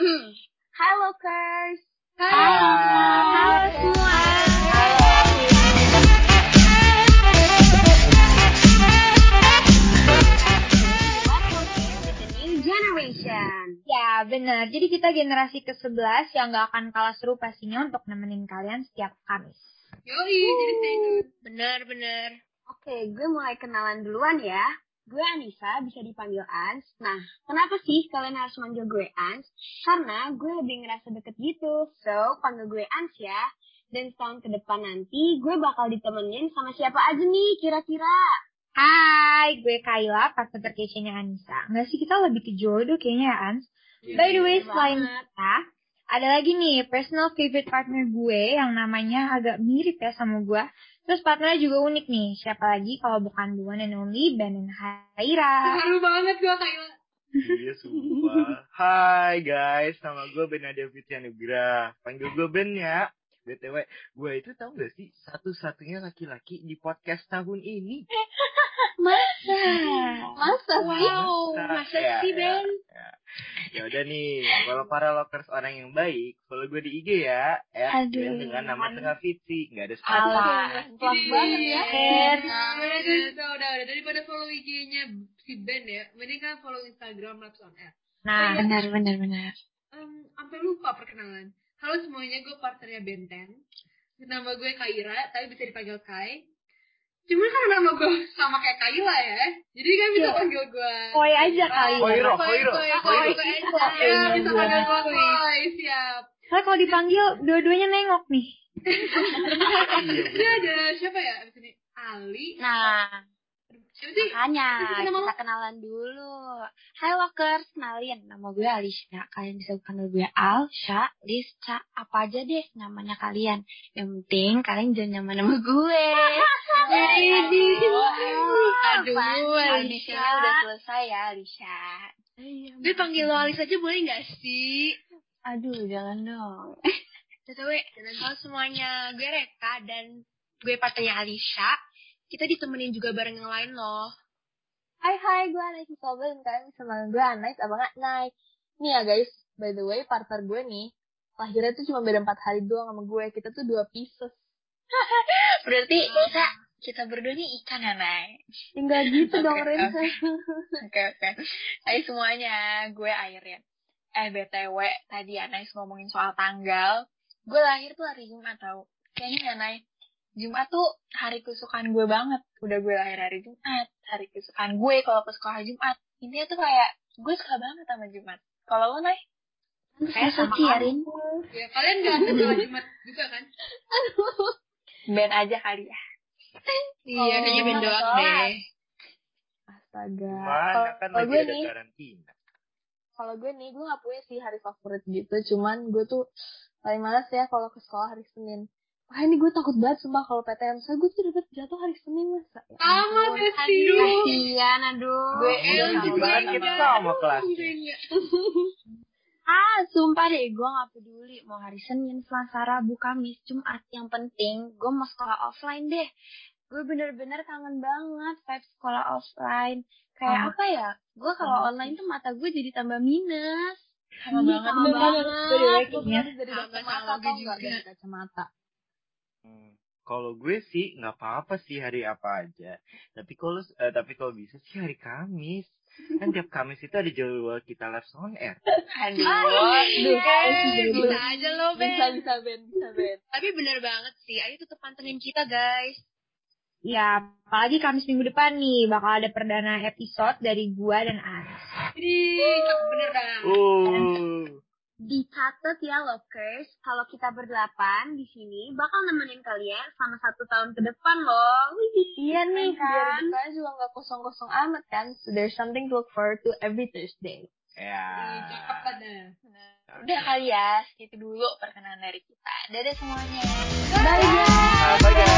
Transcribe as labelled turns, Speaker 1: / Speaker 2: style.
Speaker 1: Hai Lokers.
Speaker 2: Halo semua.
Speaker 1: Welcome to the new generation.
Speaker 2: Ya benar. Jadi kita generasi ke-11 yang gak akan kalah seru pastinya untuk nemenin kalian setiap Kamis.
Speaker 3: Yoi, jadi stay tune. Bener, bener.
Speaker 1: Oke, gue mulai kenalan duluan ya. Gue Anissa, bisa dipanggil Ans. Nah, kenapa sih kalian harus manggil gue Ans? Karena gue lebih ngerasa deket gitu. So, panggil gue Ans ya. Dan setahun ke depan nanti, gue bakal ditemenin sama siapa aja nih kira-kira.
Speaker 2: Hai, gue Kaila, partner vacation-nya Anissa. Nggak sih kita lebih ke jodoh kayaknya ya, Ans?
Speaker 3: Iya,
Speaker 2: By the way, selain kita, ada lagi nih personal favorite partner gue yang namanya agak mirip ya sama gue. Terus partnernya juga unik nih. Siapa lagi kalau bukan the one and only Ben and Haira.
Speaker 3: Haru banget gua kayak
Speaker 4: Iya, sumpah. Hai guys, nama gue Benadia Fityanugra. Panggil gue Ben ya. BTW, gue itu tau gak sih satu-satunya laki-laki di podcast tahun ini?
Speaker 3: masa sih?
Speaker 4: Wow, masa
Speaker 3: Masa sih,
Speaker 4: ya,
Speaker 3: Ben?
Speaker 4: Ya udah nih, kalau para lovers orang yang baik, follow gue di IG ya. At
Speaker 2: Aduh.
Speaker 4: Ben dengan nama tengah Fitri, nggak ada
Speaker 2: Alah.
Speaker 4: sepatu.
Speaker 1: Pelan banget ya.
Speaker 2: Ben.
Speaker 3: Iya, Udah, guys, udah, udah, udah. Daripada follow IG-nya si Ben ya, mending kan follow Instagram Labs on Air.
Speaker 2: Nah,
Speaker 5: Benar, benar, benar.
Speaker 3: Em, sampai lupa perkenalan. Halo semuanya, gue partnernya Benten. Nama gue Kaira, tapi bisa dipanggil Kai. Cuman kan nama gue sama kayak Kaila ya. Jadi kan bisa
Speaker 2: Iya.
Speaker 3: panggil gue.
Speaker 2: koi aja kali.
Speaker 4: Koiro,
Speaker 3: Koi,
Speaker 4: koiro,
Speaker 3: Koi,
Speaker 4: koiro.
Speaker 3: Koi, Koi aja. Ya, bisa panggil gue Koi, siap.
Speaker 2: Soalnya kalau dipanggil, dua-duanya nengok nih.
Speaker 4: Iya,
Speaker 3: Ini
Speaker 4: bener.
Speaker 3: ada siapa ya abis ini? Ali.
Speaker 5: Nah,
Speaker 3: Siapa sih?
Speaker 5: makanya
Speaker 3: Nama lo?
Speaker 5: kita kenalan dulu. Hai Lokers, kenalin. Nama gue Alisha. Kalian bisa panggil gue Al, Sha, Lis, Ca, apa aja deh namanya kalian. Yang penting kalian jangan nyaman sama gue.
Speaker 3: Jadi. Aduh,
Speaker 5: Audisinya udah selesai ya, Alisha. Iya,
Speaker 3: Gue panggil lo Alis aja boleh gak sih?
Speaker 5: Aduh, jangan dong.
Speaker 6: BTW, halo semuanya. Gue Reka dan gue partnernya Alisha. Kita ditemenin juga bareng yang lain loh.
Speaker 1: Hai hai, gue Anais Sobel dan kalian bisa manggil gue Anais apa nggak Nai. Nih ya guys, by the way partner gue nih, lahirnya tuh cuma beda 4 hari doang sama gue. Kita tuh dua pieces.
Speaker 5: Berarti kita kita berdua nih ikan ya, Nay?
Speaker 1: Tinggal gitu
Speaker 5: Oke,
Speaker 1: dong, Ren.
Speaker 5: Oke oke. Hai semuanya, gue Airin. Eh BTW, tadi Anais ngomongin soal tanggal. Gue lahir tuh hari Jumat tau. Kayaknya nggak Nay. Jumat tuh hari kesukaan gue banget. Udah gue lahir hari Jumat. Hari kesukaan gue kalau ke sekolah Jumat. Intinya tuh kayak gue suka banget sama Jumat. Kalau lo Nay?
Speaker 2: Kayak sama
Speaker 5: Airin.
Speaker 3: Ya, kalian gak ke sekolah Jumat juga kan?
Speaker 5: Ben aja kali ya.
Speaker 3: Iya,
Speaker 5: kayaknya Ben doang deh.
Speaker 1: Astaga.
Speaker 4: Mana kan
Speaker 1: Kalau
Speaker 4: lagi
Speaker 1: gue
Speaker 4: ada
Speaker 1: nih-
Speaker 4: karantina.
Speaker 1: Kalau gue nih, gue gak punya sih hari favorit gitu. Cuman gue tuh paling males ya kalau ke sekolah hari Senin. Wah ini gue takut banget sumpah kalau PTM. Soalnya gue tuh dapet jatuh hari Senin masa. Ya
Speaker 3: Sama
Speaker 1: ampun.
Speaker 3: gak sih?
Speaker 1: Kasian, aduh.
Speaker 4: Gue juga kan kita sama kelasnya.
Speaker 5: Ah, sumpah deh, gue gak peduli mau hari Senin, Selasa, Rabu, Kamis, Jumat. Yang penting, gue mau sekolah offline deh. Gue bener-bener kangen banget vibes sekolah offline.
Speaker 2: Sama.
Speaker 5: Kayak apa ya? Gue kalau online tuh mata gue jadi tambah minus. Sama
Speaker 1: Iya,
Speaker 5: banget.
Speaker 1: sama banget. Gue dari
Speaker 2: Gue punya
Speaker 1: dari
Speaker 3: gitu. Sama,
Speaker 1: kacamata
Speaker 3: sama gue
Speaker 1: tau gak?
Speaker 3: juga.
Speaker 1: Dari kacamata.
Speaker 4: Hmm, Kalau gue sih nggak apa-apa sih hari apa aja. Tapi kalau eh, tapi kalau bisa sih hari Kamis. Kan tiap Kamis itu ada jadwal kita live on air.
Speaker 5: Aduh. Ah, iya.
Speaker 1: Aduh,
Speaker 6: Bisa aja lo,
Speaker 1: Bisa,
Speaker 6: Ben.
Speaker 1: bisa, Ben. Bisa, Ben.
Speaker 6: Tapi bener banget sih. Ayo tetap pantengin kita, guys.
Speaker 1: Iya,
Speaker 2: Ya, apalagi Kamis minggu depan nih bakal ada perdana episode dari gua dan Ans.
Speaker 3: Jadi, bener dah.
Speaker 4: Oh.
Speaker 1: Dicatat ya Lokers, kalau kita berdelapan di sini bakal nemenin kalian sama satu tahun ke depan loh. Iya nih, biar kita juga nggak kosong-kosong amat kan. So there's something to look forward to every Thursday.
Speaker 4: Ya.
Speaker 3: Ih, Cakep pada.
Speaker 5: Udah kali ya, itu dulu perkenalan dari kita. Dadah semuanya.
Speaker 4: Bye guys.